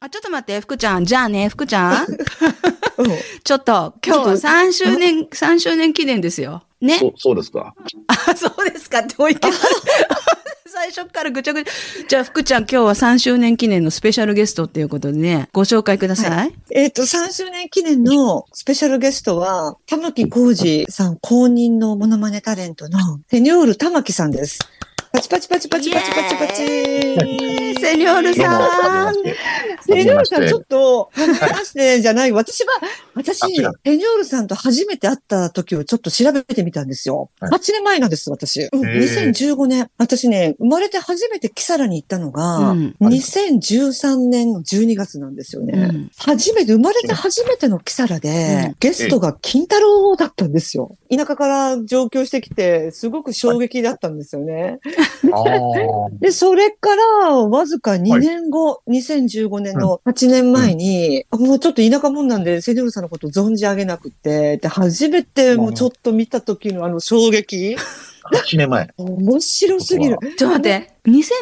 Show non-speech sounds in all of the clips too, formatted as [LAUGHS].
あ、ちょっと待って、福ちゃん。じゃあね、福ちゃん。うんちょっと、今日は3周年、3周年記念ですよ。ね。そう、そうですか。あ、 [LAUGHS] そうですかって、おいけない [LAUGHS] 最初からぐちゃぐちゃ。じゃあ、福ちゃん、今日は3周年記念のスペシャルゲストっていうことでね、ご紹介ください。はえっ、と、3周年記念のスペシャルゲストは、玉木浩二さん公認のモノマネタレントの、セニョール玉木さんです。パチパチパチパチパチパチパチ。セニョールどうも、さはんじ。めまして。セニョールさん、ちょっと。と、はじめましてじゃない。私は、私、あセニ違ョうールさんと初めて会った時をちょっと調べてみたんですよ。はい8年前なんです、私。うん、へー2015年。私ね、生まれて初めてキサラに行ったのがう、ん2013年の12月なんですよね。うん初めて、生まれて初めてのキサラで、うゲストが金太郎だったんですよ。田舎から上京してきて、すごく衝撃だったんですよね。あーで、それから、わずか2年後、2015年の8年前に、もうちょっと田舎者なんで、セニョールさんのこと存じ上げなくて、で、初めてもうちょっと見た時のあ [LAUGHS] の衝撃、 8年前。面白すぎる。ちょっと待って、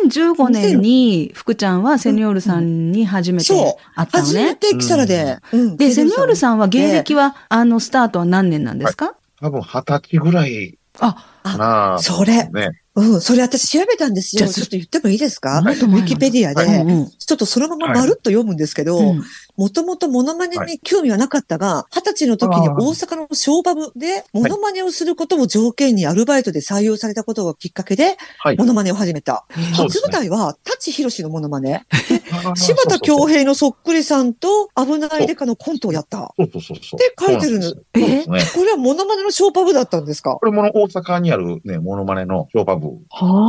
2015年に福ちゃんはセニョールさんに初めてそ会ったの初めね。てキサラで。うんで、セニョールん。さんは芸歴は、あの、スタートは何年なんですか多分二十歳ぐらいあ、かな。それ、ね。うん、それ私調べたんですじよ。ゃあちょっと言ってもいいですかもっとウ前ィキペディアで、うんうんちょっとそのまままるっと読むんですけうど、んもともとモノマネに興味はなかったが、二十歳の時に大阪のショーバブで、モノマネをすることを条件にアルバイトで採用されたことがきっかけで、はいモ。ノマネを始めた。そうで初すね舞台は、舘ひろしのモノマネ、柴柴田恭。平のそっくりさんと、危ないデカのコントをやった。そうそうそうそう。って書いてるのそうなんですよそうですね。これはモノマネのショーパブだったんですかこれもの大阪にあるね、モノマネのショーパブ。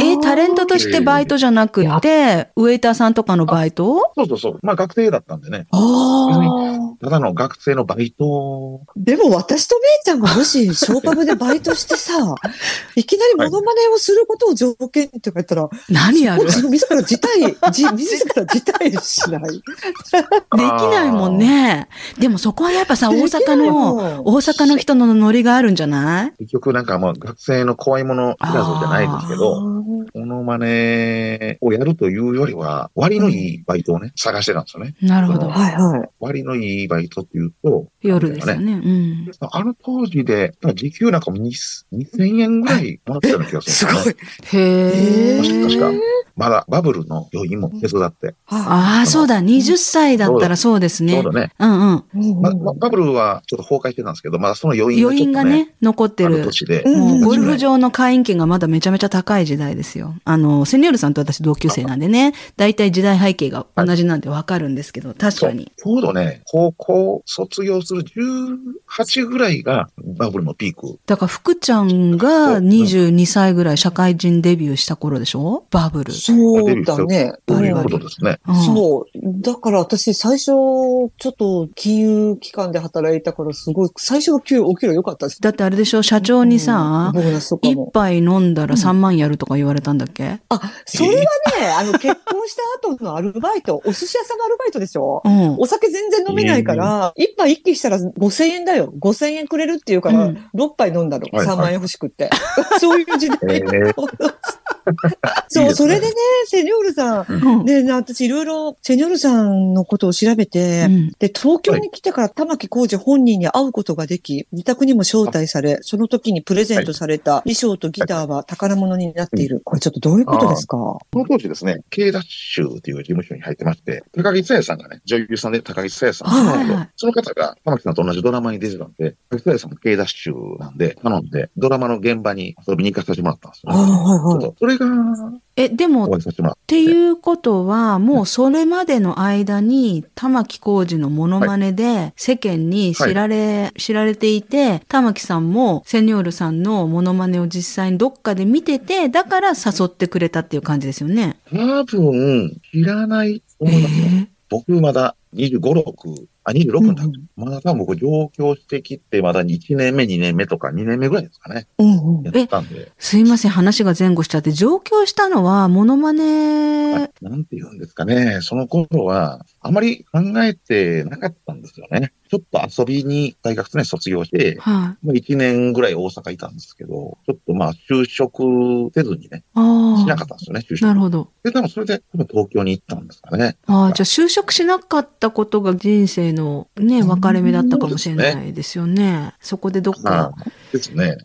え、タレントとしてバイトじゃなくて、ウェイターさんとかのバイトそうそうそう。まあ学生だったんでね。ああ。ただの学生のバイト。でも私とめいちゃんがもし、ショーパブでバイトして [LAUGHS] さ、いきなりモノマネをすることを条件って言ったら、何やもうる自自ら辞退、自自ら辞退しない。 [LAUGHS] できないもんね。でもそこはやっぱさ、大阪の、の大阪の人のノリがあるんじゃない結局なんかまあ学生の怖いもの知らずじゃないですけど、モノマネをやるというよりは、割のいいバイトをね、探してたんですよね。なるほあどー。はいはい。割のいいバイトっていうと、夜ですよね。うん。あの当時で、時給なんかも2000 2000円ぐらいもらってたような気がすするごんですよい。ね。へ確ーか確か。まだバブルの余韻も手伝って。はああ、そうだ。20歳だったらそうですちょね。うどね、うんうん。い。うんままバブルはちょっと崩壊してたんですけど、まだその余韻が余ちょ韻っとがね、ね、残ってあるる。年で。うんもうゴルフ場の会員権がまだめちゃめちゃ高い時代ですよ。あの、セニョールさんと私同級生なんでね、大体時代背景が同じなんでわかるんですけど、確そかうに。ちょうどね、高校卒業する18ぐらいがバブルのピーク。だから福ちゃんが22歳ぐらい社会人デビューした頃でしょバブル。そうだね。バとリいうバこリとですね。うんそう。だから私、最初、ちょっと金融機関で働いたから、すごい、最初は給料、お給料良かったです。だってあれでしょ社長にさう、んボーナスとか一も。杯飲んだら3万やるとか言われたんだっけあ、それはね、あの、結婚した後のアルバイト、お寿司屋さんのアルバイトでしょうん。お酒全然飲めないから、一杯一気したら5000円だよ。5000円くれるっていうから、うん6杯飲んだの。はいは3い万円欲しくって。そういう時代。 [LAUGHS] えーそ、いいうで [LAUGHS] すそねれでね、セニョールさん。うんねな私いろいろ、セニョールさんのことを調べて、うんで、東京に来てから玉木浩二本人に会うことができ、自宅にも招待され、その時にプレゼントされた衣装とギターは宝物になっている。これちょっとどういうことですかこの当時ですね、K ダッシュっていう事務所に入ってまして、高木さやさんがね、女優さんで高木さやさんなんですけど、はいはいその方が玉木さんと同じドラマに出てたんで、高木さやさんも K ダッシュなんで、頼んで、ドラマの現場に遊びに行かさせてもらったんですよああ、ね。はいはいそうそれが、え、でもお、会いさせてもらっっていうことは、もうそれまでの間に、玉木浩二のモノマネで世間に知られ、知られていて、玉木さんもセニョールさんのモノマネを実際にどっかで見てて、だから誘ってくれたっていう感じですよね。多分、知らないと思いますよ。僕まだ25、6あ、26になる。まだ多分僕上京してきて、まだ1年目、2年目とか2年目ぐらいですかね。うんうん。やったんで。すいません、話が前後しちゃって、上京したのは、モノマネ、なんて言うんですかね。その頃は、あまり考えてなかったんですよね。ちょっと遊びに大学ね、卒業して、はい。まあ、1年ぐらい大阪いたんですけど、ちょっとまあ就職せずにね、しなあかったんですよね、就あ、なる職。ほど。で、多分それで多分東京に行ったんですかね。ああ、じゃあ就職しなかったことが人生のね、分かれ目だったかもしれそうないですよね。そこでどっまあか、、ですね。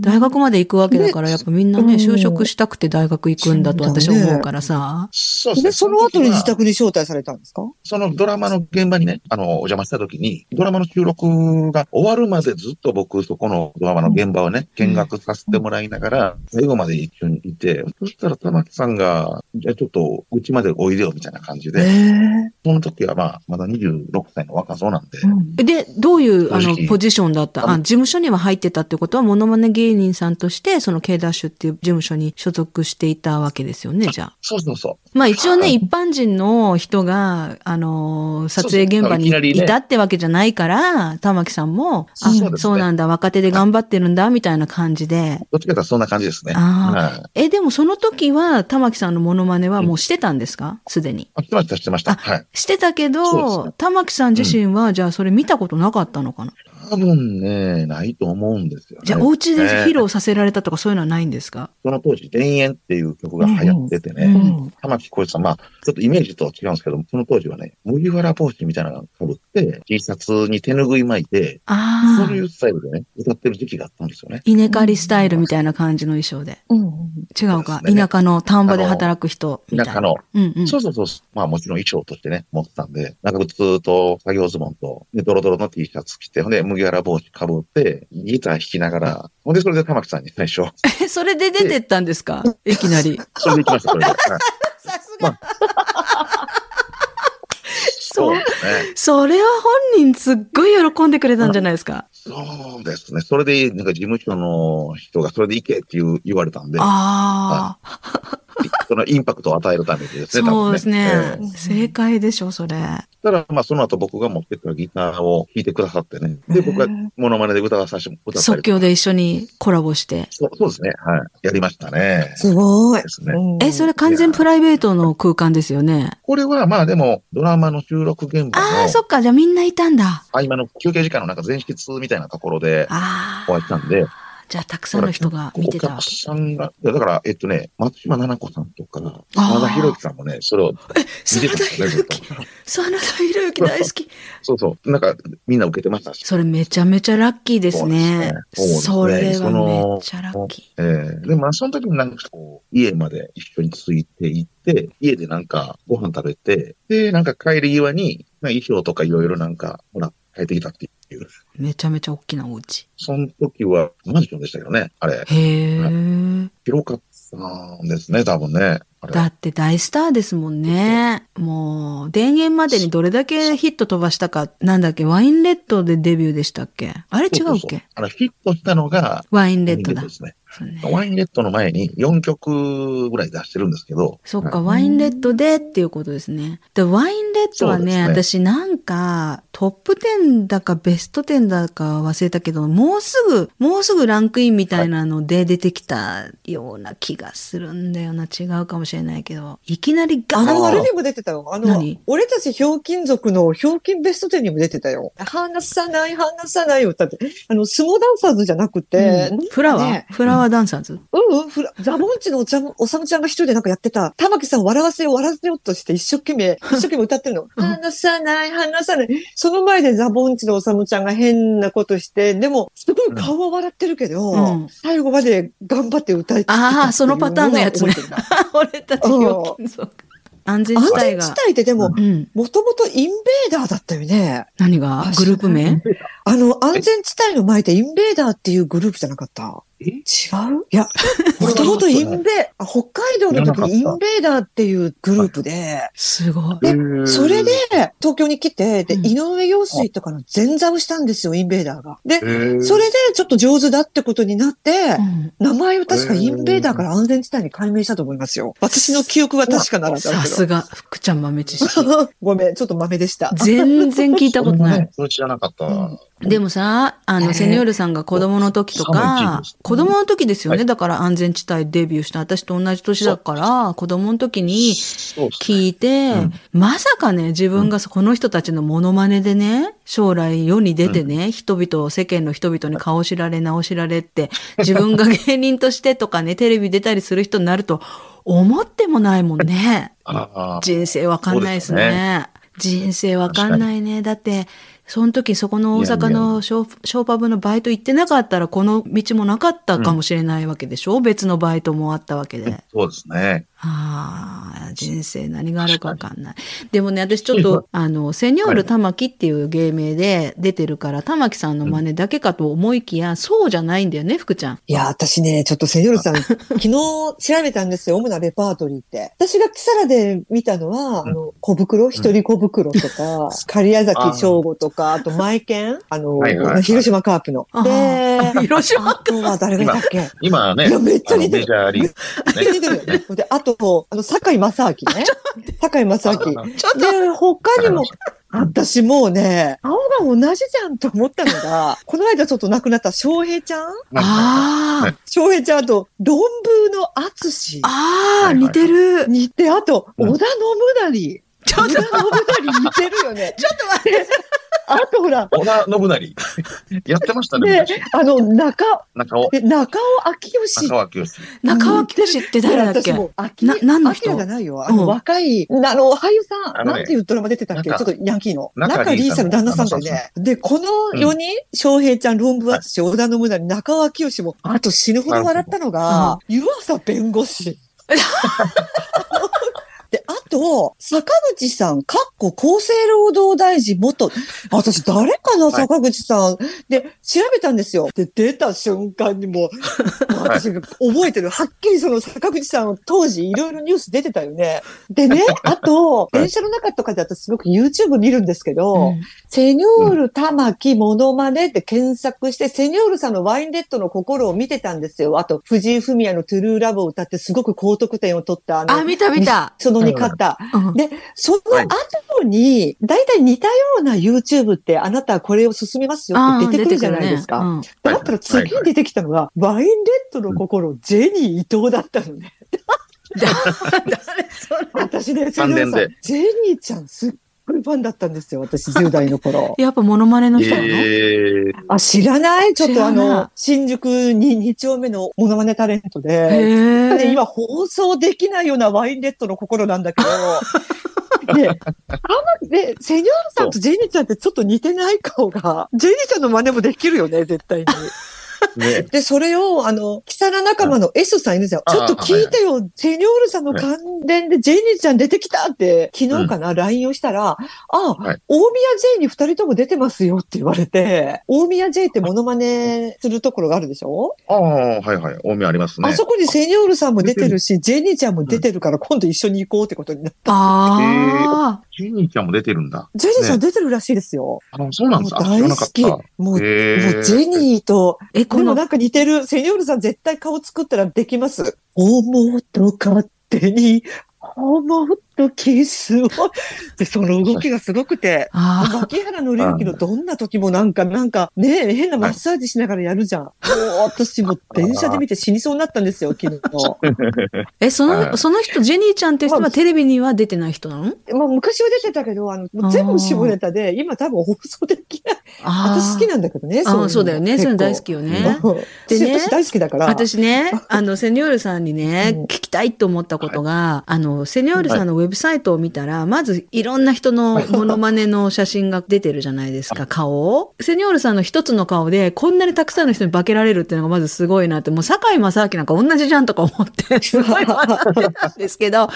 大学まで行くわけだから、やっぱみんなね、うん就職したくて大学行くんだと私は思うからさ。そうですね。で、その後に時は自宅に招待されたんですかそのドラマの現場にね、あの、お邪魔した時に、ドラマの収録が終わるまでずっと僕、そこのドラマの現場をね、見学させてもらいながら、最後まで一緒にいて、そしたら玉木さんが、じゃあちょっと、うちまでおいでよ、みたいな感じえで、その時はまあ、まだ26歳の若そうなんで、えで、どういう、あ正の直、ポジションだったああ、事務所には入ってたってことは、モノマネ芸人さんとして、その K ダッシュっていう事務所に所属していたわけですよね、じゃあ。そうそうそう。まあ一応はね、い一般人の人が、あのー撮そうそ影う現場にいきなりねいたってわけじゃないから、玉木さんも、あ、そうですそうねなんだ、若手で頑張ってるんだ、みたいな感じで。どっちかというとそんな感じですね。ああ。はい。え、でもその時は、玉木さんのモノマネはもうしてたんですかすでに。あ、してました、してました。あはい。してたけそうですど、ね玉木さん自身は、じゃあそれ見たことなかったのかな多分ね、ないと思うんですよね。じゃあお家で披ね露させられたとかそういうのはないんですかその当時、田園っていう曲が流行っててね、うん玉木浩二さん、まあ、ちょっとイメージとは違うんですけど、その当時はね、麦わら帽子みたいなのを被って、T シャツに手拭い巻いて、あそういあ。うスタイルでね、歌ってる時期があったんですよね。稲刈りスタイルみたいな感じの衣装で。違うか。そうですね田舎の田んぼで働く人みたい田な。舎の。うんうん。そうそうそう。まあもちろん衣装としてね、持ってたんで、長靴と作業ズボンと、で、ドロドロの T シャツ着て、ほんで、麦わら帽子被って、ギター弾きながら、ほんで、それで玉木さんに最初、 [LAUGHS] え、それで出てったんですかいきなり。それで行きました、それ [LAUGHS] で。はいさすが。そう。ですね。それは本人すっごい喜んでくれたんじゃないですか。そうですね。それで、なんか事務所の人がそれで行けっていう言われたんで、ああ、そのインパクトを与えるためにですね、そうですね多分ええね正解でしょ、それ。ただ、まあ、その後僕が持ってったギターを弾いてくださってね。で、僕がモノマネで歌わさせても、歌った即りとか興で一緒にコラボして。そうそうですね。はい。やりましたね。すごいで。すね。うんえ、それ完全プライベートの空間ですよね。これは、まあでも、ドラマの収録現場ああ、そのっか、じゃあみんないたんだ。合間の休憩時間のなんか前室みたいなところであ終わっあ、たんで、じゃあたくさんの人が見ておた。客さんが、いやだから、えっとね、松島菜々子さんとか、あー和田博之さんもね、それを見て真たん田ですよね広ずっ之、と。真田広之大好き。 [LAUGHS] そうそう。なんか、みんな受けてましたし。それめちゃめちゃラッキーですね。そうですねそそうでれすねはめっちゃラッキー。ええで、まあ、その時になんかこう、家まで一緒について行って、家でなんかご飯食べて、で、なんか帰り際に、なんか衣装とかいろいろなんか、ほら、帰ってきたっていう。めちゃめちゃ大きなお家。その時はマンションでしたけどね、あれ。へはえ。広かったんですね、多分ね。あれだって大スターですもんね。もう、田園までにどれだけヒット飛ばしたか、なんだっけ、ワインレッドでデビューでしたっけあれ違うっそうそうそうけあの、ヒットしたのが、ワインレッドだワインレッドで。すね。そうねワインレッドの前に4曲ぐらい出してるんですけど。そっはか、ワインレッドでっていうことですね。で、ワインレッドはね、そうで私なんか、トップ10だかベスト10だか忘れたけど、もうすぐ、もうすぐランクインみたいなので出てきたような気がするんだよな。違うかもしれないけど、いきなりガあの、あーれンにも出てたよ。あの何、俺たちひょうきん族のひょうきんベスト10にも出てたよ。話さない、話さないよ。だって、あの、相撲ダンサーズじゃなくて、うんフラワー、ねフラワーダンサーズ、うんうん、ふらザボンチのおちゃん、おさむちゃんが一人でなんかやってた、玉木さんを笑わせよう、笑わせようとして一生 [LAUGHS] 懸命、一生懸命歌ってるの。話さない、話さない。その前でザボンチのおさむちゃんが変なことして、でも、すごい顔は笑ってるけど、うん最後まで頑張って歌いあーそのパターンのやつねね。 [LAUGHS] 俺たち料金属。安全地安帯全地が。帯ってでも、うん。もともとインベーダーだったよね。何がグループ名あの、安全地帯の前でインベーダーっていうグループじゃなかったえ違ういや、もともとインベ、あ北海道の時にインベーダーっていうグループで、すごい。えそれで、東京に来て、で、うん井上陽水とかの前座をしたんですよ、インベーダーが。で、そそれでちょっと上手だってことになってう、ん名前を確かインベーダーから安全地帯に改名したと思いますよ。私の記憶は確かならださけすが、福ちゃん豆知識。ど。 [LAUGHS] ごめん、ちょっと豆でした。 [LAUGHS] 全然聞いたことない。それ知らなかったわ。でもさ、あえの、ーセニョールさんが子供の時と寒いか時期です、子供の時ですよはね。だから安全地帯デビューした私と同じ年だから、子供の時にそうっすね聞いて、うんまさかね、自分がそこの人たちのモノマネでね、将来世に出てね、人々、世間の人々に顔知られ、名を知られって、自分が芸人としてとかね、テレビ出たりする人になると思ってもないもんね。あー人生わかんないですそうですね。人生わかんないね。だって、その時そこの大阪のショーショーパブのバイト行ってなかったら、この道もなかったかもしれないわけでしょ、別のバイトもあったわけで。そうですね。ああ、人生何があるかわかんない。でもね、私ちょっと、あの、セニョール玉木っていう芸名で出てるから、玉木さんの真似だけかと思いきや、そうじゃないんだよね、福ち [LAUGHS] ゃん。いや、私ね、ちょっとセニョル [LAUGHS] さん、昨日調べたんですよ、主なレパートリーって。私がキサラで見たのは、うんあの、小袋、一人小袋とか、 [LAUGHS] 狩矢崎翔吾とか、あと、マイケン、あの、はいはいはい広島カープの。あで、ー広島あとは誰がいたっけ今ね、いやめっちゃ似てるあのメジャーリーグめっちゃ似てるよねで、あと、あの、坂井正明ね。坂井正明。あ [LAUGHS] ちょっと、で、他にもわ、私もうね、顔が同じじゃんと思ったの [LAUGHS] が、この間ちょっと亡くなった翔平ちゃんあはあい、翔平ちゃんと、論文の淳ああ、はいはい似てる。似て、あと、うん織田信成。ちょっ織と田信成似てるよね。 [LAUGHS] ちょっと待って。あとほら、織田信成。 [LAUGHS] やってましたねね、、あの、中、中尾。え中尾明義。中尾清志。中尾清って誰だっ私けもう、秋な何の人秋じゃないよ。あの、うん若い、なあの、俳優さん、あのねなんていうドラマ出てたっけちょなっんかとヤンキーの。中中リーサの旦那さんだよね。で、この4人、翔平ちゃん、論文淳、織田信成、中尾明義も、あと死ぬほど笑ったのが、湯浅弁護 [LAUGHS] 士。で、あと、坂口さん、かっこ厚生労働大臣元、私誰かな、い坂口さん。で、調べたんですよ。で、出た瞬間にも [LAUGHS] う、もう私覚えてる。はっきりその坂口さん、当時いろいろニュース出てたよね。で [LAUGHS] ね、あと、い電車の中とかで私すごく YouTube 見るんですけど、うんセニョール玉木モノマネって検索して、セニョールさんのワインレッドの心を見てたんですよ。あと、藤井フミヤのトゥルーラブを歌ってすごく高得点を取ったあのあ、、見た見た。そのに勝った。うんで、その後に、だいたい似たような YouTube って、あなたはこれを進めますよあっーて出てくるじゃないですか。出てくるねうんだったら次に出てきたのが、ワインレッドの心、ジェニー伊藤だったの [LAUGHS] ね。 [LAUGHS] うん誰それ。私ね、関連でジェニーちゃんすっごいファンだったんですよ、私10代の頃 [LAUGHS] やっぱモノマネの人なの、えあ、知らないちょっ知とらあないの、新宿に2丁目のモノマネタレントで、へえ。今放送できないようなワインレッドの心なんだけ [LAUGHS] ど、で、あの、で、セニョールさんとジェニーちゃんってちょっと似てない顔が、ジェニーちゃんの真似もできるよね、絶対に。ーねで、それを、あの、キサラ仲間の S さんいるじゃん。あちょっと聞いてよ、セニョールさんの関連でジェニーちゃん出てきたって、昨日かな、LINE をしたら、あ、はい大宮 J に二人とも出てますよって言われて、大宮 J ってモノマネするところがあるでしょ、ああ、はいはい。大宮ありますね。あそこにセニョールさんも出てるし、ジェニーちゃんも出てるから今度一緒に行こうってことになる。ああ、ジェニーちゃんも出てるんだ。ジェニーちゃん出てるらしいですよ。あそうなんもでうすか。知ら大なか好っき。た。もう、もうえジェニーと、え、こでもの、なんか似てる。セニョールさん絶対顔作ったらできます。思うと勝手に、思うとキスを。で、その動きがすごくて。あ [LAUGHS] 牧原の之のどんな時もなんか、なんか、ねえ、変なマッサージしながらやるじゃん。もう私も電車で見て死にそうになった [LAUGHS] んですよ、昨日。あ、え、そはの、いその人、ジェニーちゃんって人まはあテレビには出てない人なのまあ、昔は出てたけど、あの、もう全部絞れたで、今多分放送できない。あー私好きなんだけどね、あーそうだよね。そういうの大好き。きよね。ででね私大好きだから。 [LAUGHS] 私ね、あの、セニョールさんにねうん、聞きたいと思ったことが、あの、セニョールさんのウェェブサイトを見たら、まずいろんな人のモノマネの写真が出てるじゃないですか、顔を。セニョールさんの一つの顔で、こんなにたくさんの人に化けられるっていうのがまずすごいなって、もう堺正明なんか同じじゃんとか思 [LAUGHS] って、すごい学んでたんですけど、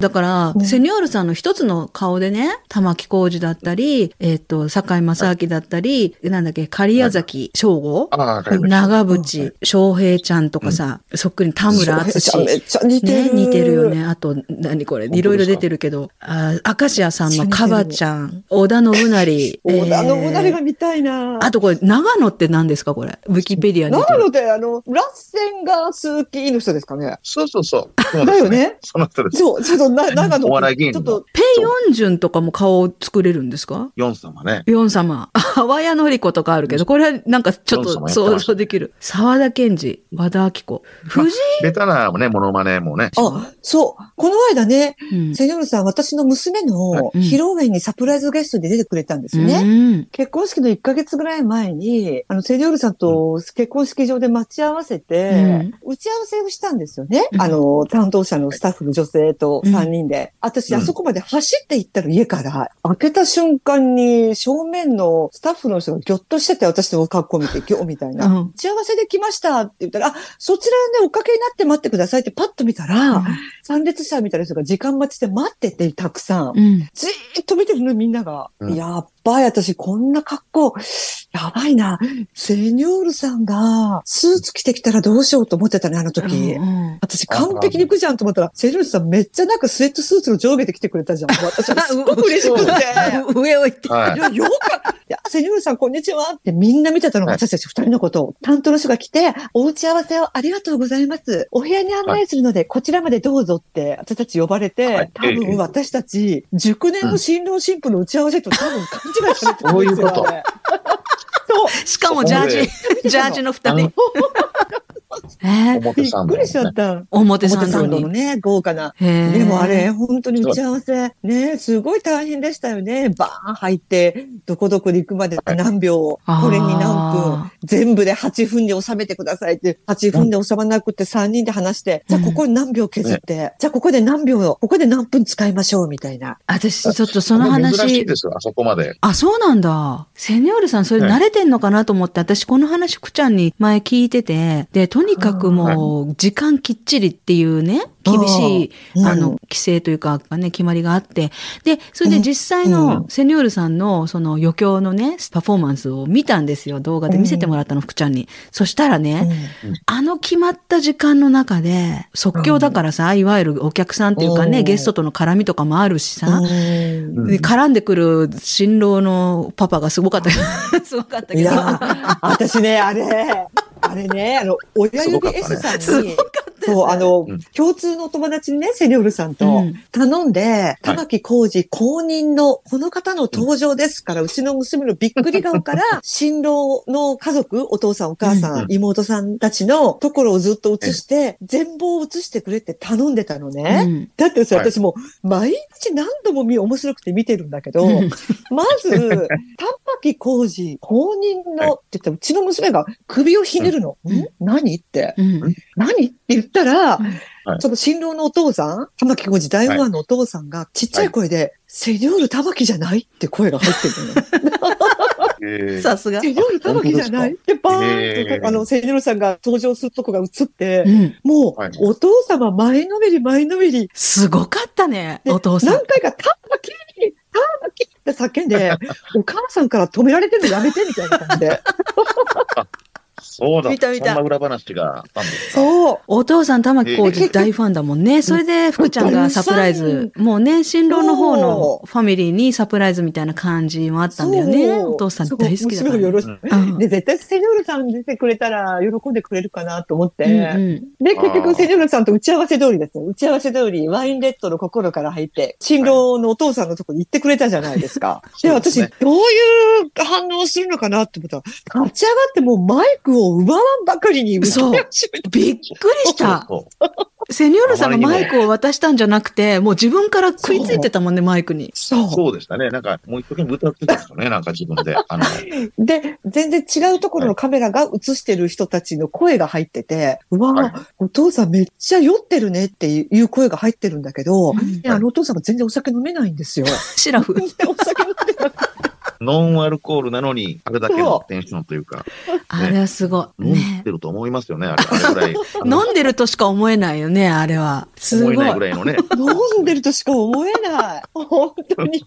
だから、うんセニョールさんの一つの顔でね、玉木浩二だったり、えっ、と、堺正明だったり、なんだっけ、狩矢崎翔吾、ああ、わかりました。長渕翔平ちゃんとかさ、そっくりに田村めちゃ淳。めちゃ似てね、る。。似てるよね。あと、何これ、本当ですかいろいろ出てるけど、あー、明石家さんのカバちゃん、織田信成 [LAUGHS] 織田信成えがー見たいな。あとこれ、長野って何ですかこれ。ウィキペディアに出て長る。野って、あの、ラッセンが好きの人ですかね。そうそうそう。そうだですよ。ね。その人です。そう、ちょっとな、長野。お笑い芸人ちょのっと、ペイヨンジュンとかも顔を作れるんですかヨン様ね。ヨン様。 [LAUGHS] あわやのりことかあるけど、これはなんかちょっヨン様やってとました想像できる。沢田研二、和田明子。藤井、ベタなね、モノマネ [LAUGHS] もね。あ、そう。この間ね、うんセニョールさん、私の娘のうん披露宴にサプライズゲストで出てくれたんですよね。うん。結婚式の1ヶ月ぐらい前に、あの、セニョールさんと結婚式場で待ち合わせて、打ち合わせをしたんですよね。うんあの、担当者のスタッフの女性と3人で。私、うんあそこまで走って行ったら家から、開けた瞬間に正面のスタッフの人がぎょっとしてて、私の格好見て、今日みたいな。うん打ち合わせで来ましたって言ったら、あ、そちらでおかけになって待ってくださいってパッと見たら、参列者みたいな人が時間待ちで待ってて、たくさん。うん。じーっと見てるの、みんなが。うんやっばい、私、こんな格好。やばいな。セニョールさんが、スーツ着てきたらどうしようと思ってたね、あの時。うん私、完璧に行くじゃんと思ったら、セニョールさんめっちゃなんかスウェットスーツの上下で来てくれたじゃん。私はすごく嬉しくて。上を行って。はい。いや、よかった。いや、セニョールさん、こんにちはってみんな見てたのがはい私たち二人のことを。担当の人が来て、お打ち合わせをありがとうございます。お部屋に案内するので、こちらまでどうぞって、私たち呼ばれはてい、多分私たち、熟年の新郎新婦の打ち合わせと多分勘違いされてたんですよ。うん [LAUGHS] そういうことあれそう。しかもジャーそジ、ジャージの二人。えー表びっ参道くねりしちゃった。表表参道参道にの。ね、豪華な。ででもあれ、、本当に打ち合わせ、ね、すごい大変でしたよね。バーン入って、どこどこに行くまでって何秒、こあーれに何分、全部で8分で収めてくださいって、8分で収まらなくて3人で話して、うんじゃあここに何秒削って、じゃあここで何秒、ここで何分使いましょうみたいな。私、ちょっとその珍しい話、ですよ、あそこまで。あ、そうなんだ。セニョールさん、それはい慣れてんのかなと思って、私、この話、くちゃんに前聞いてて、で、とにかくもう、時間きっちりっていうね、厳しい、うんあの、、規制というか、ね、決まりがあって、で、それで実際うのセニョールさんの、その余興のね、パフォーマンスを見たんですよ、動画で見せてもらったの、福ちゃんに。そしたらね、あの決まった時間の中で、即興だからさ、いわゆるお客さんっていうかうね、んゲストとの絡みとかもあるしさ、うんうんで絡んでくる新郎のパパがすごかったけど、 [LAUGHS] すごかったいけど、や、私ね、あれ、あれね、あの、親すご指かったね S さんに、すごかったですそう、あの、うん共通のお友達にね、セニョールさんうとん頼んで、玉木浩二公認のこの方の登場ですから、うちの娘のびっくり顔から、新郎の家族、お父さん、お母さん、うん妹さんたちのところをずっと映して、全貌を映してくれって頼んでたのね。うんだってさ、はい私もう毎日何度も見面白くて見てるんだけど、うんまず、玉木浩二、公認の、って言ったら、うちの娘が首をひねるの。うんん何って。うん何って言ったら、うんはいその新郎のお父さん、玉木浩二大ファンのお父さんが、ちっちゃい声で、セニョール玉木じゃないって声が入ってるのね。えーさすが。セニョール玉木じゃないって、バーンと、へーあの、セニョールさんが登場するとこが映って、うんもう、はいお父様前のめり前のめり、すごかったね、でお父さん。何回か、ターキーターキーって叫んで、お母さんから止められてるのやめてみたいな感じで。そうだ、見た見たそんな裏話があったんですかそう。お父さん、玉木浩二大ファンだもん [LAUGHS] ね。それで、福ちゃんがサプライズ。もうね、新郎の方のファミリーにサプライズみたいな感じもあったんだよね。そうお父さん大好きだかそう娘もよら。ろしうんうんで、絶対セニョールさん出てくれたら喜んでくれるかなと思って。うんで、結あ局ーセニョールさんと打ち合わせ通りですよ。打ち合わせ通り、ワインレッドの心から入って、新郎のお父さんのとこに行ってくれたじゃないですか。そで、うです私、ねどういう反応するのかなって思ったら、立ち上がってもうマイクを奪わんばかりにそう歌い始めたびっくりした。 [LAUGHS] そうセニョールさんがマイクを渡したんじゃなくて、もう自分から食いついてたもんね、マイクに。そう。そうでしたね。なんか、もう一生懸命歌ってたんですよね。なんか自分で。あ [LAUGHS] の、で、全然違うところのカメラが映してる人たちの声が入ってて、うわー、はいお父さんめっちゃ酔ってるねっていう声が入ってるんだけど、ねあのお父さんが全然お酒飲めないん [LAUGHS] ですよ。シラフ。全然お酒飲めない。ノンアルコールなのに、あれだけのテンションというか、あれはすごい。飲んねでると思いますよね。あれあれぐらい。飲んでるとしか思えないよね、あれは。すご思えい。ないぐらいのね。飲んでるとしか思えない。 [LAUGHS] 本当に。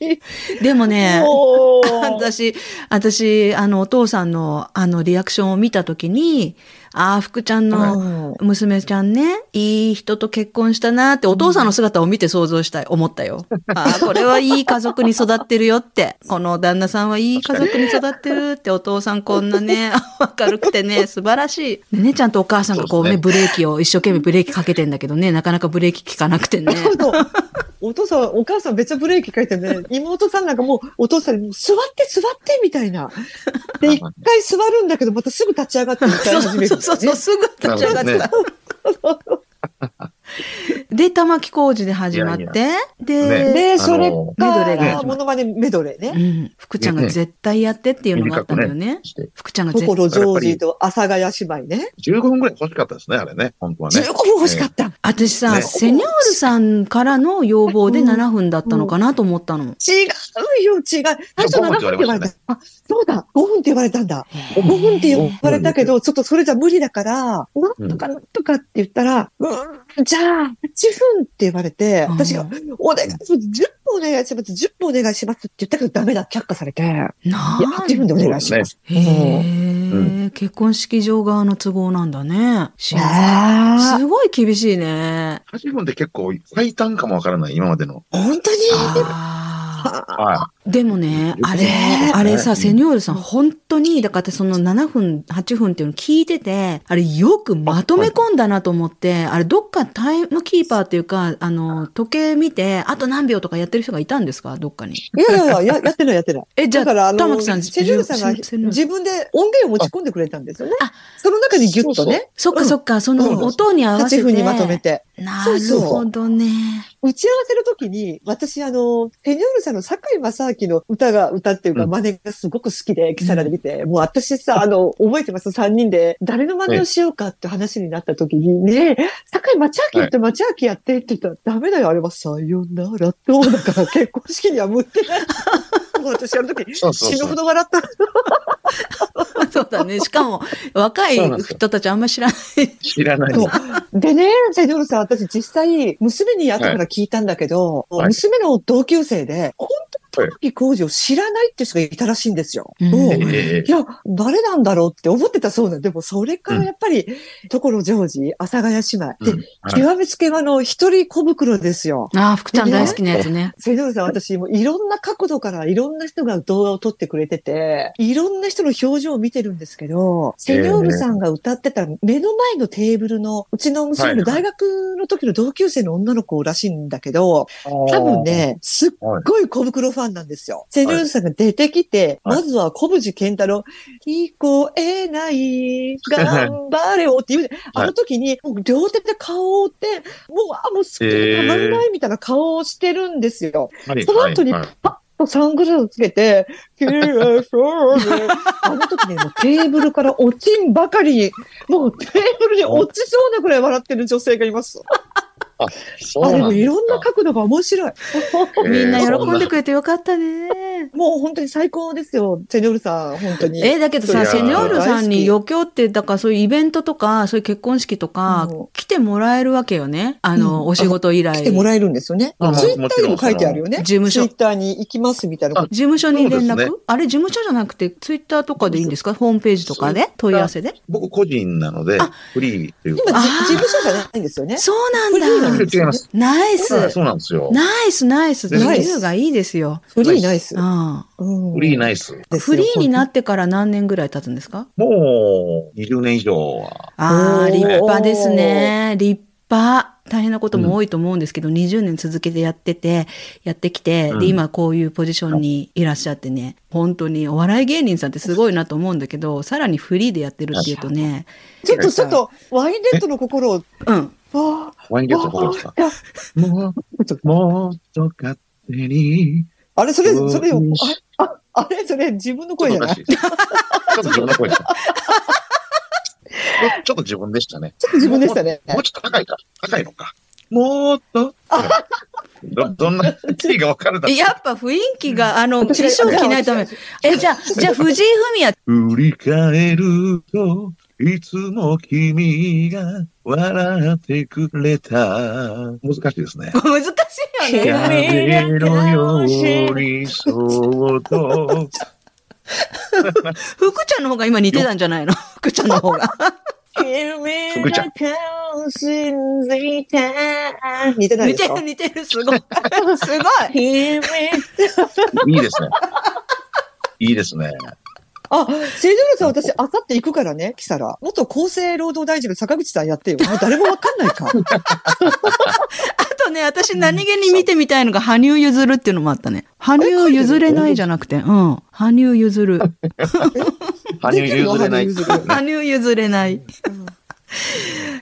でもね、もう私、私、あの、お父さんの、あの、リアクションを見たときに、ああ、福ちゃんうのん娘ちゃんね、いい人と結婚したなって、お父さんの姿を見て想像したい、思ったよ。ああ、これはいい家族に育ってるよって、この旦那さんはいい家族に育ってるって、お父さんこんなね、明るくてね、素晴らしい。でね、ちゃんとお母さんがこうね、そうですねブレーキを、一生懸命ブレーキかけてんだけどね、なかなかブレーキ効かなくてね。そうお父さん、お母さんめっちゃブレーキかいてね、妹さんなんかもう、お父さんにもう座って座ってみたいな。で、一回 [LAUGHS] 座るんだけど、またすぐ立ち上 [LAUGHS] がって歌いそう始めるんだよね、そうそうそう、すぐ立ち上がっなるほどねた。で、玉置浩二で始まって、いで、で、あのそれメドレーが始まか、るものまねメドレーうね。ん、福ちゃんが絶対やってっていうのがあったんだよね。して福ちゃんが絶所ジョージと阿佐ヶ谷姉妹ね。 15分ぐらい欲しかったですね、あれね。本当はね。 15分欲しかった。私さ、ねセニョールさんからの要望でうん7分だったのかなと思ったの。違うよ、違う。最初7分って言われた。あ、そうだ、5分って言われたんだ。5分って言われたけど、ちょっとそれじゃ無理だから、なんとかなんとかって言ったら、うん、じゃあ、8分って言われて、うん私が、お願いします、10分お願いします、10分お願いしますって言ったけどダメだ、却下されて、いや、なあ。 8分でお願いします。へえ、結婚式場側の都合なんだね。知らんああ、すごい厳しいね。 8分って結構最短かもわからない、今までの。本当にあーあーはでもね、あれね、あれさ、うんセニョールさん、本当に、だから私その7分、8分っていうの聞いてて、あれよくまとめ込んだなと思って、あれどっかタイムキーパーっていうか、あの、時計見て、あと何秒とかやってる人がいたんですかどっかに。いやいやいやや、やってない、やってない。え、 [LAUGHS] じゃだから、あ、あ玉の、木さん、セジュンさんがセセニョール自分で音源を持ち込んでくれたんですよね。あその中にギュッとね、そっかそっか、そうんの音に合わせて。 8分にまとめて。なそうるそうほどね。打ち合わせの時に、私、あの、ペニョールさんの坂井正明の歌が、歌っていうか、うん真似がすごく好きで、キサラで見て、もう私さ、あの、覚えてます、3人で、誰の真似をしようかって話になった時に、ねえ、坂井正明やって、正明やってって言ったら、ダメだよ、あれは、さよならと、だから結婚式には向いて [LAUGHS] ない。もう私、あの時、い。そうそ死うぬそほう。ど笑った。そうだね。しかも、若いそうなんですよ人たちあんま知らない。知らない。そうでね、セニョルさん、私実際、娘に後から聞いたんだけど、はい娘の同級生で、本当に玉木浩二を知らないっていう人がいたらしいんですよ。うんもうええええいや、誰なんだろうって思ってたそうなんで、もそれからやっぱり、所ジョージ、阿佐ヶ谷姉妹。で、うんはい極めつけはあの、一人小袋ですよ。ああ、福ちゃん大好きなやつね。セドルさん、私、もういろんな角度からいろんな人が動画を撮ってくれてて、いろんな人の表情を見てるんですけど、セドルさんが歌ってた目の前のテーブルの、うちの娘の大学の時の同級生の女の子らしいんだけど、多分。ね、すっごい小袋ファンなんですよ。セドルさんが出てきて、はいまずは小藤健太郎、聞こえない、頑張れよって言う、あの時に、もう両手で顔を追って、もう、あ、もう好きでたまんないみたいな顔をしてるんですよ。はいその後にはいはいサングラスつけて、PSO [LAUGHS] あの時ね、もうテーブルから落ちんばかりに、もうテーブルに落ちそうなくらい笑ってる女性がいます。そうあ、なでんもですかいろんな角度が面白い。えみえんな喜んでくれてよかったね。もう本当に最高ですよ、セニョルさん、本当に。え、だけどいさ、やーセニョールさんに余興って、だからそういうイベントとか、そういう結婚式とかうん、来てもらえるわけよね。あの、うんお仕事以来。来ても事らえるんですよね。ツイあまあッターにも書いてあるよね。務所ツイッ。ターに行きますみたいなこと。務所に連そうで絡、すねあれ事務所じゃなくて、ツイッターとかでいいんですかホームページとかで問い合わせで僕個人なのであ、フリーという今、か。じあー事務所じゃないんですよね。そうなフリーなんんだで。すよね違いますナイはいスそ。うなんですよ。ナイス、ナイス。自ナイス由がいいですよ。フリーないっすう。ん。フフリーナイス。フリーになっってから何年ぐらい経つんですかもう、20年以上は。ああ、おー立派ですね。立派。大変なことも多いと思うんですけど、20年続けてやってて、やってきて、うんで、今こういうポジションにいらっしゃってね、本当にお笑い芸人さんってすごいなと思うんだけど、さらにフリーでやってるっていうとね、ちょっと、ちょっと、ワインレッドの心を、うん。あワインゲットの心ですかああもう、もっと勝手に。あれ、それ、それよ、よあああれ、それ、自分の声じゃないちょっとおかしいですちょっと自分の声でした。ちょちょっと自分でしたね。ちょっと自分でしたね。もうちょっと高いか。高いのか。もっと。ど、どんな地位が分かるだろやっぱ雰囲気が、あの、衣私が装着ないとダメ。え、じゃあ、じゃあ、藤井フミヤ、う。振り返ると、いつも君が笑ってくれた。難しいですね。難しい [LAUGHS] よね。風のようにそっと。福ちゃんの方が今似てたんじゃないの福ちゃんの方が。君福ちゃの顔を信じて。似てない似ですてかる似てる、すごい。すごい。君いいですね。いいですね。あ、セイドルさん、私、あさって行くからね、キサラ。元厚生労働大臣の坂口さんや [LAUGHS] ってよ。もう誰もわかんないか。あとね、私何気に見てみたいのが、羽生結弦っていうのもあったね。羽生譲れないじゃなくて、うん。羽生譲る。羽生譲れない。できるの羽生結羽生譲れない。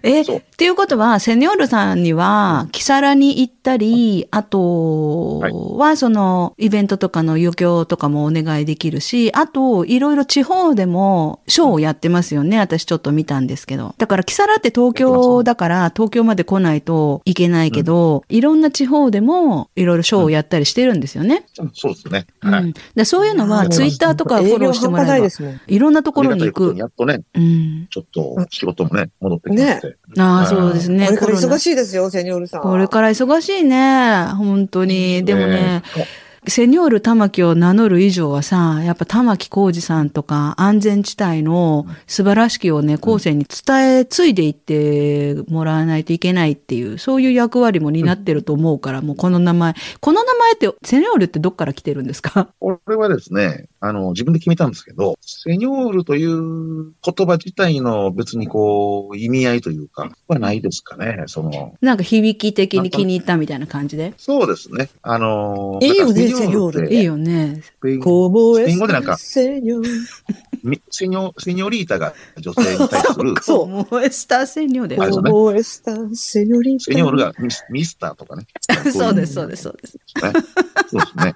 え、っそうていうことは、セニョールさんには、キサラに行ったり、あとは、その、イベントとかの余興とかもお願いできるし、あと、いろいろ地方でも、ショーをやってますよね。私ちょっと見たんですけど。だから、キサラって東京だから、東京まで来ないといけないけど、いろんな地方でも、いろいろショーをやったりしてるんですよね。そうですね。うん。はい。でそういうのあは、ーツイッターとかフォローしてもら営業え半端ないばで、すもん。いろんなところに行ありがたいこくとに。やっうとね、ん。ちょっと仕事もね、戻ってきまして。あはあ、いそうですこね。れからコロナ忙しいですよ、セニョールさん。これから忙しいね。本当に。でもね、えセニョール玉木を名乗る以上はさ、やっぱ玉木浩二さんとか安全地帯の素晴らしきをね、後世に伝え継いでいってもらわないといけないっていう、そういう役割も担ってると思うから、もうこの名前。この名前って、セニョールってどっから来てるんですか [LAUGHS] これはですね、あの、自分で決めたんですけど、セニョールという言葉自体の別にこう、意味合いというか、はないですかね、その、なんか響き的に気に入ったみたいな感じで。そうですね。あの、いいよねだからっていいよね。スペインこぼえスペイン語でなんかセニョールみセニョ、セニョリータが女性に対する、そうもうスターセニョーで。あれですこねぼえしたセニョリセニョールがミスミスターとかね。そうです、そうです、そうです。そうですね。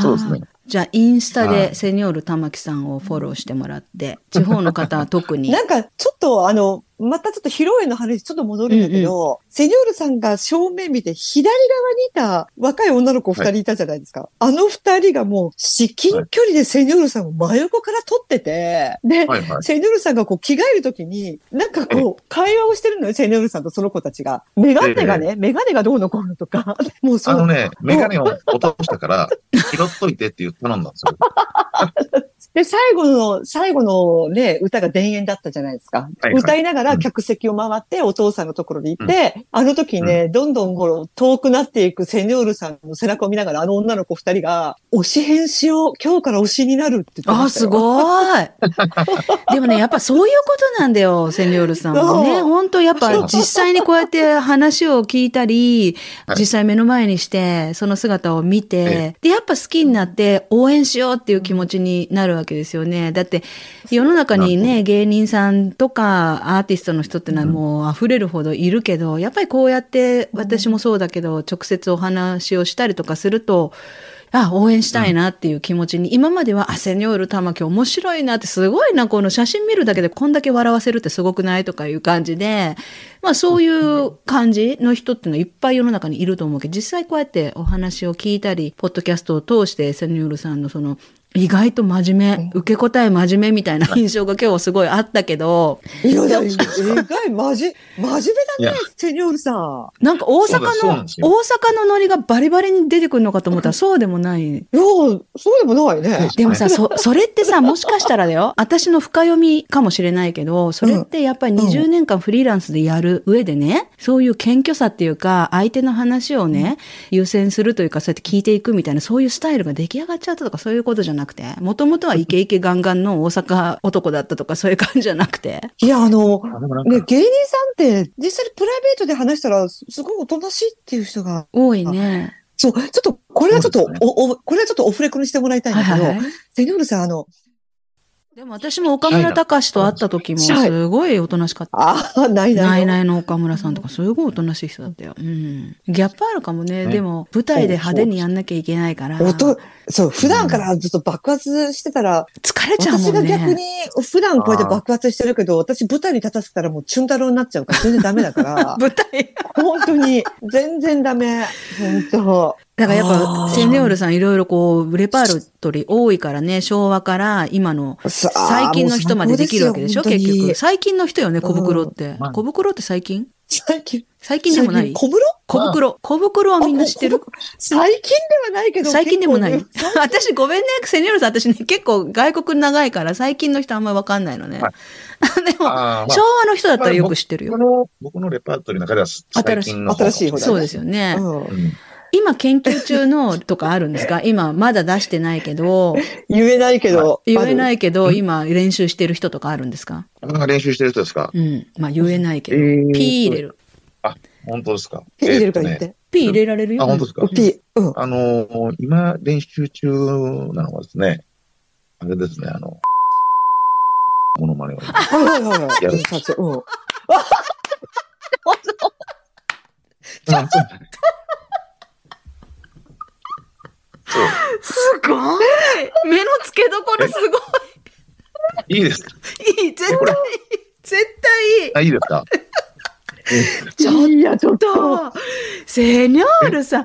そうですね。じゃあ、インスタはでいセニョール玉木さんをフォローしてもらって、地方の方は特 [LAUGHS] に。なんか、ちょっとあの、またちょっと披露宴の話ちょっと戻るんだけど、セニョールさんが正面見て左側にいた若い女の子二人いたじゃないですか。あの二人がもう至近距離でセニョールさんを真横から撮ってて、で、はいはい。セニョールさんがこう着替えるときに、なんかこう、会話をしてるのよ、セニョールさんとその子たちが。メガネがね、メガネがどうのこうのとか。 [LAUGHS] もうそあのう、ね、メガネを落としたから、拾っといてって言って頼んだんですよ。で、最後の、最後のね、歌が田園だったじゃないですか。はいはい歌いながうらん客席を回って、お父さんのところに行って、あの時ね、どんどんこの遠くなっていくセニョールさんの背中を見ながら、あの女の子二人が、推し編しよう、今日から推しになるって言ってあまあ、したすよ。ごい。 [LAUGHS] でもね、やっぱそういうことなんだよ、セニョールさんもね。そう本当やっそぱう実際にこうやって話を聞いたりは、い実際目の前にして、その姿を見て、で、やっぱ好きになって応援しようっていう気持ちになるわけですよね。だって、世の中になるほね、芸人さんとかアーティストの人ってのはもう溢れるほどいるけど、やっぱりこうやって私もそうだけど、直接お話をしたりとかすると、あ、応援したいなっていう気持ちに、今までは、あ、セニョール玉木面白いなって、すごいな、この写真見るだけでこんだけ笑わせるってすごくないとかいう感じで、まあそういう感じの人っていうのはいっぱい世の中にいると思うけど、実際こうやってお話を聞いたり、ポッドキャストを通してセニョールさんのその、意外と真面目、受け答え真面目みたいな印象が今日すごいあったけど、いや、だ意外、まじ、真面い目だやね、セニョールさん。なんか大阪そうだそうなんのです、大よ阪のノリがバリバリに出てくるのかと思ったらそうでもない。いや、そうでもないね。 [LAUGHS] でもさ、そ、それってさ、もしかしたらだ [LAUGHS] よ、私の深読みかもしれないけど、それってやっぱり20年間フリーランスでやる上でね、そういう謙虚さっていうか、相手の話をね、優先するというか、そうやって聞いていくみたいな、そういうスタイルが出来上がっちゃったとか、そういうことじゃなくて、もともとはイケイケガンガンの大阪男だったとかそういう感じじゃなくて。いや、あの、あでもなんね、か、芸人さんって実際にプライベートで話したらすすごいおとなしいっていう人が、多いね。そう、ちょっと、これはちょっと、そうですお、お、これはちょっとオフレコにしてもらいたいんはいだけど、はいはい。セニョールさん、あの、でも私も岡村隆史と会った時もシャイすごいおとなしかった。ああ、ないない。ないないの岡村さんとかすごいおとなしい人だったよ。うん。ギャップあるかもね。ねでも舞台で派手にやんなきゃいけないから。音、そう、普段からずっと爆発してたら、疲れちゃうも私んね。が逆に、普段こうやって爆発してるけど、私舞台に立たせたらもうチュン太郎になっちゃうから全然ダメ [LAUGHS] だから、舞台。本当に、全然ダメ。本当。だからやっあぱ、ーセニョールさんいろいろこう、レパートリー多いからね、昭和から今のさあ最近の人までできるわけでしょ、もう最結高すよ局。最近の人よね、小袋ってまあ。小袋って最近最近。最近でもない最近小室小袋。小袋はみんな知ってる最近ではないけど。最近でもない。結構ね [LAUGHS] 私ごめんね、セニョールさん。私ね、結構外国長いから最近の人あんまりわかんないのね。は [LAUGHS] でも、あーまあ昭和の人だったらよく知ってる僕よ。の、僕のレパートリーの中では最近の方僕かもれな新しいそうですよね。うんうん今研究中のとかあるんですか今まだ出してないけど、言えないけど。言えい。ないけど、今練習してる人とかあるんですかなかなか練習してる人ですかうん。まあ言えないけど。えー P 入れる。本当ですかピー入れるから言えっっとねて。 P 入れられるよ。あ、本当ですかピー。うん。あのー今練習中なのはですね、あれですね、あの、もの [LAUGHS] まねを。はいはいはいはい。やる社長うん。あそうそうすごい目の付けどころすごいいですかいいい絶対いいこれ絶対いいあいいですかちょっいや、ちょっと。と、セニョールさん、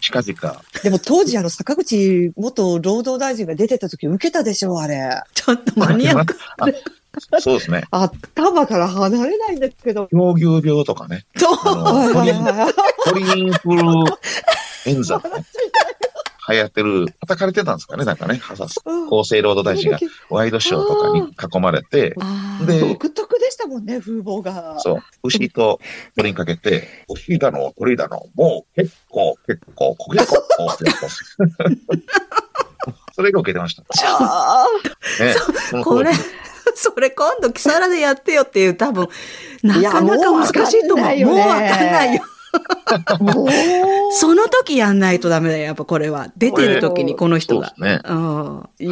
近々。でも当時、あの、坂口元労働大臣が出てた時受けたでしょ、あれ。ちょっとマニアック。あそうですね。頭から離れないんだけど。狂牛病とかね。どあうはいの、は鳥いはい鳥インフルエンザ、ね、流行ってる、叩かれてたんですかね、なんかね、はさ厚うん生労働大臣がワイドショーとかに囲まれて、あで独特でしたもんね、風貌が。そう、牛と鳥にかけて、牛だの、鳥だの、もう結構、結構、こげこ、こう結構。 [LAUGHS] それが受けてました。あね、そのこ当れ [LAUGHS] 時、それ今度、キサラでやってよっていう、多分、ないやかなか難しいと思う。ももううわわかかんんなないいよよ。あ。もう。その時やんないとダメだよ、やっぱこれは。出てる時に、この人そうでが。すね。う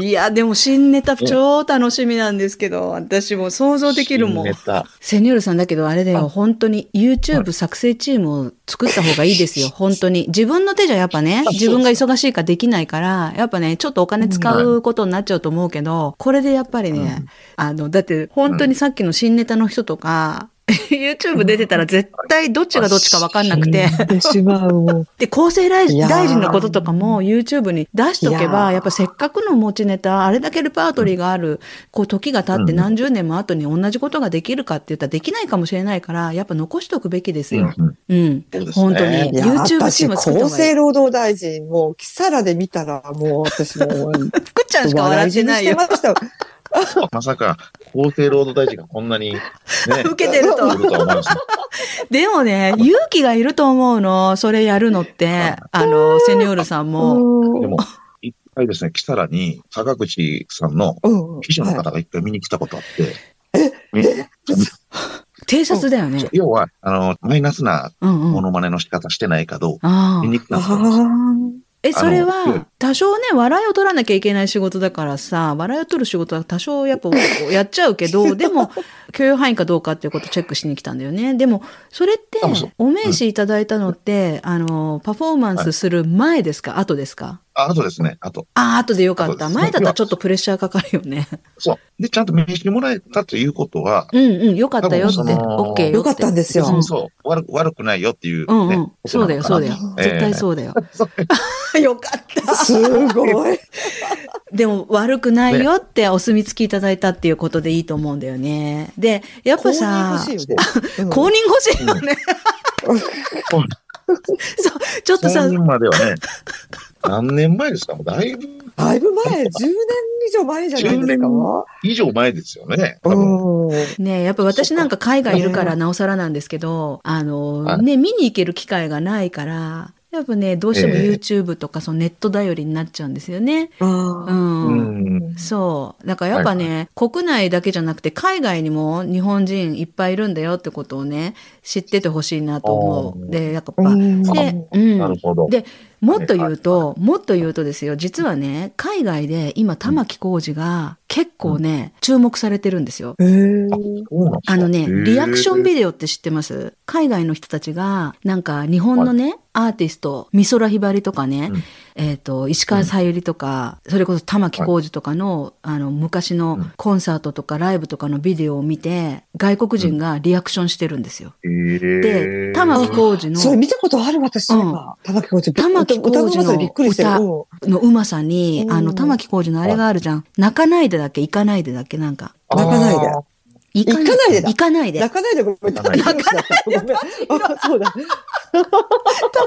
ん、いや、でも新ネタ超楽しみなんですけど、私も想像できるもん新ネ。タ。セニョールさんだけどあれだよ、あ本当に YouTube 作成チームを作った方がいいですよ、本当に。自分の手じゃやっぱね、あそう自分が忙しいからできないから、やっぱね、ちょっとお金使うことになっちゃうと思うけど、これでやっぱりね、あの、だって本当にさっきの新ネタの人とか、YouTube [LAUGHS] 出てたら絶対どっちがどっちかわかんなくて。てしまう。もうで、厚生大いやー大臣のこととかも YouTube に出しとけいば、やーやっぱせっかくの持ちネタ、あれだけレパートリーがある、こう時が経ってうん何十年も後に同じことができるかって言ったらできないかもしれないから、やっぱ残しておくべきですよ。うんうん。そうですね本当に。いや、 YouTube チ私、ーム作った方が厚い生い。労働大臣、もう、キサラで見たら、もう、私もう、福ちゃんしか笑ってないよ。笑死にしてましたまさか、厚生労働大臣がこんなに、ね、 [LAUGHS] 受けてると来。るとは思いますね。でもね、勇気がいると思うの。それやるのって、あの、セニョールさんも。でうも、一回ですね、来たらに、坂口さんのんうん。記者のはい方が一回見に来たことあって、偵察だよね。要は、あの、マイナスなうんうモん。あノマネの仕方してないかどう、あ見。に来たんですよ。あえ、それあのは、多少ね、笑いを取らなきゃいけない仕事だからさ、笑いを取る仕事は多少やっぱやっちゃうけど、でも、許容範囲かどうかっていうことをチェックしに来たんだよね。でも、それってあそう、お名刺いただいたのって、あの、パフォーマンスする前ですか、後ですかああとですね、あと、ああ、後でよかった。そうです前だったらちょっとプレッシャーかかるよね。そう。で、ちゃんと名刺もらえたということは、うんうん、よかったよって。多分そ OK のよって。よかったんですようんそう、悪く、悪くないよっていう、うね。んうん。そうだよ、そうだよことなの。かな絶対そうだよ。 [LAUGHS] よかった。ーすごい。でも悪くないよってお墨付きいただいたっていうことでいいと思うんだよね。で、やっぱさ、公認欲しいよねうん公認欲しいよね。そう、 [LAUGHS] ちょっとさ本、人まではね、何年前ですかもうだいぶだいぶ前、10年以上前じゃないですか。以上前ですよね。多分うん。ねやっぱ私なんか海外いるからなおさらなんですけど、あの、ね、見に行ける機会がないから、やっぱね、どうしても YouTube とかそのネット頼りになっちゃうんですよね。う。あうんん。そう。だからやっぱね、国内だけじゃなくて海外にも日本人いっぱいいるんだよってことをね、知っててほしいなと思あう。ーで、やっぱ、あ。うんで、なうるん。ほど。で、もっと言うはと、もっと言うとですよ、実はね、海外で今、玉置浩二が結構ね、注目されてるんですよ。へあーそうなんですかあのね、リアクションビビデオって知ってます海外の人たちが、なんか日本のね、アーティスト、美空ひばりとかね、うんえっ、と、石川さゆりとか、それこそ玉置浩二とかの、あの、昔うのんコンサートとかライブとかのビデオを見て、外国人がリアクションしてるんですよ。デで、玉置浩二それの、見たことある私、そういえば玉置浩二。玉置浩二の歌がまずびっくりしてる。歌うんのうまさに、うんあの、玉置浩二のあれがあるじゃん。泣かないでだっけ行かないでだっけなんか。泣かないで行行かないでだ行かないで。泣かないでごめん。泣かないで泣かないでごめん。あそうだ。立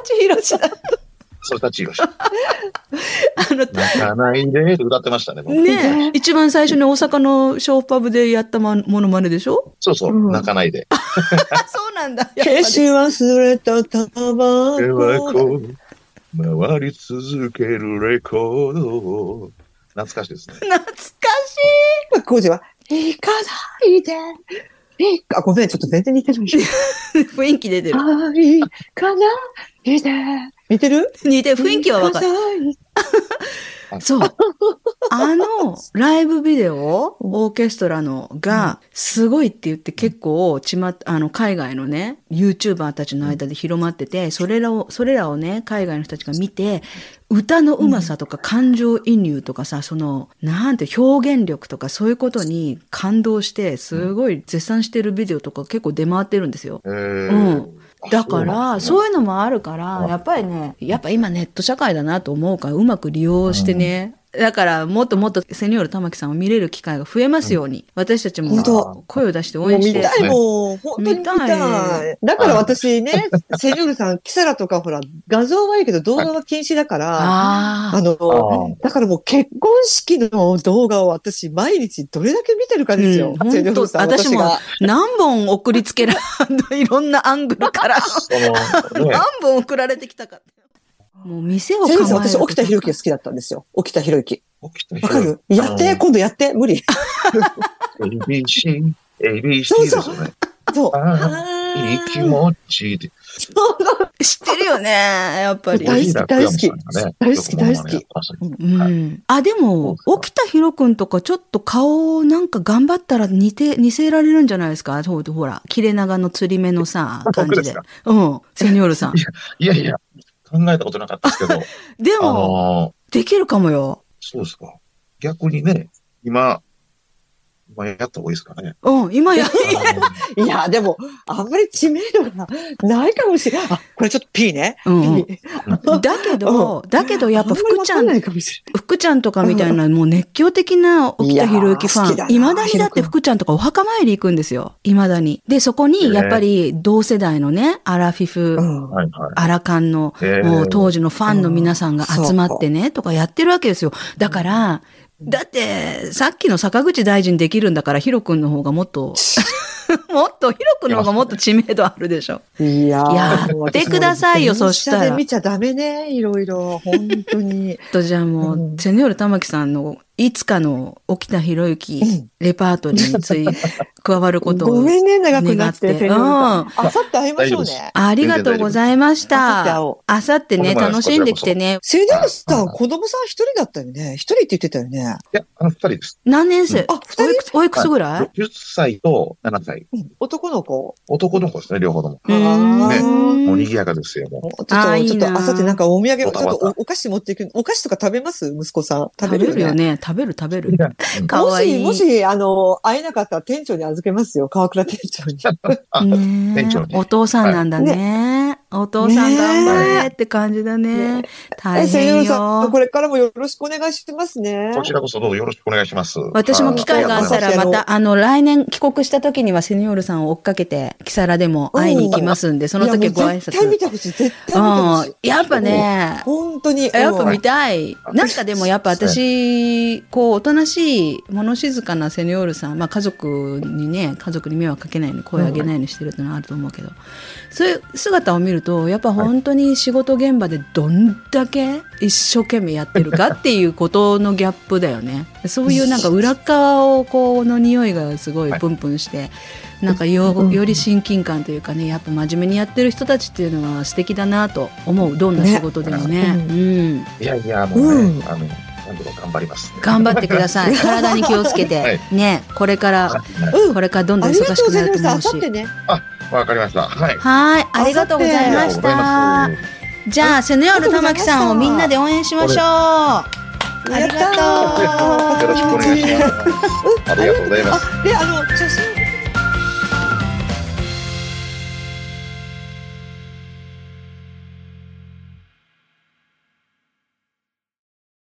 ち広しだ。それたちがし、あの、泣かないでって歌ってましたね。僕ねえ、一番最初に大阪のショーパブでやったまものまねでしょそうそうう、ん泣かないで。あ、そうなんだ。やっぱり消し忘れたタバではコ。こう回り続けるレコード。懐かしいですね。懐かし玉置浩二は、行かないで。行かあ、ごめん、ちょっと全然似てない。い。雰囲気出てる。行かないで。似てる似てる、雰囲気はわかる。る。そう。 [LAUGHS] あの、ライブビデオ、オーケストラのが、すごいって言って結構、ちま、あの、海外のね、YouTuber たちの間で広まってて、それらを、それらをね、海外の人たちが見て、歌のうまさとか感情移入とかさ、その、なんて表現力とかそういうことに感動して、すごい絶賛してるビデオとか結構出回ってるんですよ。えうーだから、そうそういうのもあるから、やっぱりね、やっぱ今ネット社会だなと思うから、うまく利用してね。だから、もっともっとセニョール玉木さんを見れる機会が増えますように、私たち本当も声を出しても応う援見して。たいもん。本当に見見たたい。だから私ね、セニョールさん、キサラとかほら、画像はいいけど動画は禁止だから、ああの、あだからもう結婚式の動画を私、毎日どれだけ見てるかですよ。うんセニョールさん本当私が。あ、何本送りつけら、 [LAUGHS] いろんなアングルから、[LAUGHS] そのね何本送られてきたか。もう店を構セえニョるールさん、私、こと沖田博之が好きだったんですよ。沖田博之。起きた人わかるうんやって、今度やって、無 [LAUGHS] 理。 ABC、ABC ですそうそうよね。そう。ああ、いい気持ちって。知ってるよね、やっぱり。大好き大好き大好き大好きうん。あ、でもそ、うですか沖田博くんとかちょっと顔なんか頑張ったら似て、似せられるんじゃないですかほほら、切れ長の釣り目のさ、感僕じでですか。うん、セニョールさん。いやいや、考えたことなかったです [LAUGHS] けど、であも、のー、できるかもよ。そうですか。逆にね、今、今やった方がいいですか [LAUGHS] ね。うん、今や、いや、でも、あんまり知名度がないかもしれない。あ、これちょっと P ね。うんうん。 P だけど、だけどやっぱ福ちゃあんまん、りわかないかもし福ちゃんとかみたいなもう熱狂的な沖田博之フいやー好きァだン。ないまだにだって福ちゃんとかお墓参り行くんですよ。いまだに。で、そこにやっぱり同世代のね、アラフィフ、れない。うん。はいはい。アラカンのえーもう当時のファンの皆さんが集まってね、とかやってるわけですよ。だから、だって、さっきの坂口大臣できるんだから、ヒロ君の方がもっと、 [LAUGHS] もっと、ヒロ君の方がもっと知名度あるでしょ。いやーやもうってくださいよ私もそしたら電車で見ちゃダメね、いろいろ。本当に。と、じゃあもう、うんセニョール玉木さんの、いつかの沖田博之うんレパートリーにつ [LAUGHS] い、加わることごを。めんね、長くなって。願ってセニョールさんうんあさって会いましょう大丈夫ね。ありがとうございまし明後日会た。おうあさってね、お願いしま楽すしんできてね。セニョールさん、子供さん一人だったよね。一人って言ってたよね。いや、あの二人です。何年生あ、二おいく人つおいくつぐらい ?10 歳と7歳。男の子男の子ですね、両方とも。あうーんもう賑やかですよ、もう。ちょっあと、ーいいちょっなと、あさってなんかお土産、ちょわったわたとおお菓子持っていく。お菓子とか食べます息子さん。食食べべるるよよね。ね。食べる食べる。うんかわいい。もし、もし、あの、会えなかったら店長に預けますよ。川倉店長に。あねえ店長ねお父さんなんだね。お父さん頑張れって感じだね。ね大セニョー変ルさん、よこ。れからもよろしくお願いしますね。こちらこそどうぞよろしくお願いします。私も機会があったあら、りがまとうございますた、あの、来年帰国した時にはセニョールさんを追っかけて、キサラでも会いに行きますんで、その時はいごやも挨う絶対見拶。てほしい。絶対見てほしうい。ん。やっぱね、本当に。やっぱうん見たい。うんなんかでもやっぱ私、こう、おとなしい、物静かなセニョールさん、まあ家族にね、家族に迷惑かけないように声上げないようにしてるってのはあると思うけど、そういう姿を見るるとやっぱ本当に仕事現場でどんだけ一生懸命やってるかっていうことのギャップだよねそういうなんか裏側をこうの匂いがすごいプンプンして、はい、なんかよより親近感というかねやっぱ真面目にやってる人たちっていうのは素敵だなと思うどんな仕事でもね。ねうん、いやいやもうね、うん、あの頑張ります、ね、頑張ってくだ [LAUGHS] さい。体に気をつけて、はい、ね、これから、うん、これからどんどん忙しくなると思うし。あ、わ、ね、かりました。はい。はい、ありがとうございました。じゃあ、セヌヨール玉木さんをみんなで応援しましょう。ありがとう。 [LAUGHS] よろしくお願いします。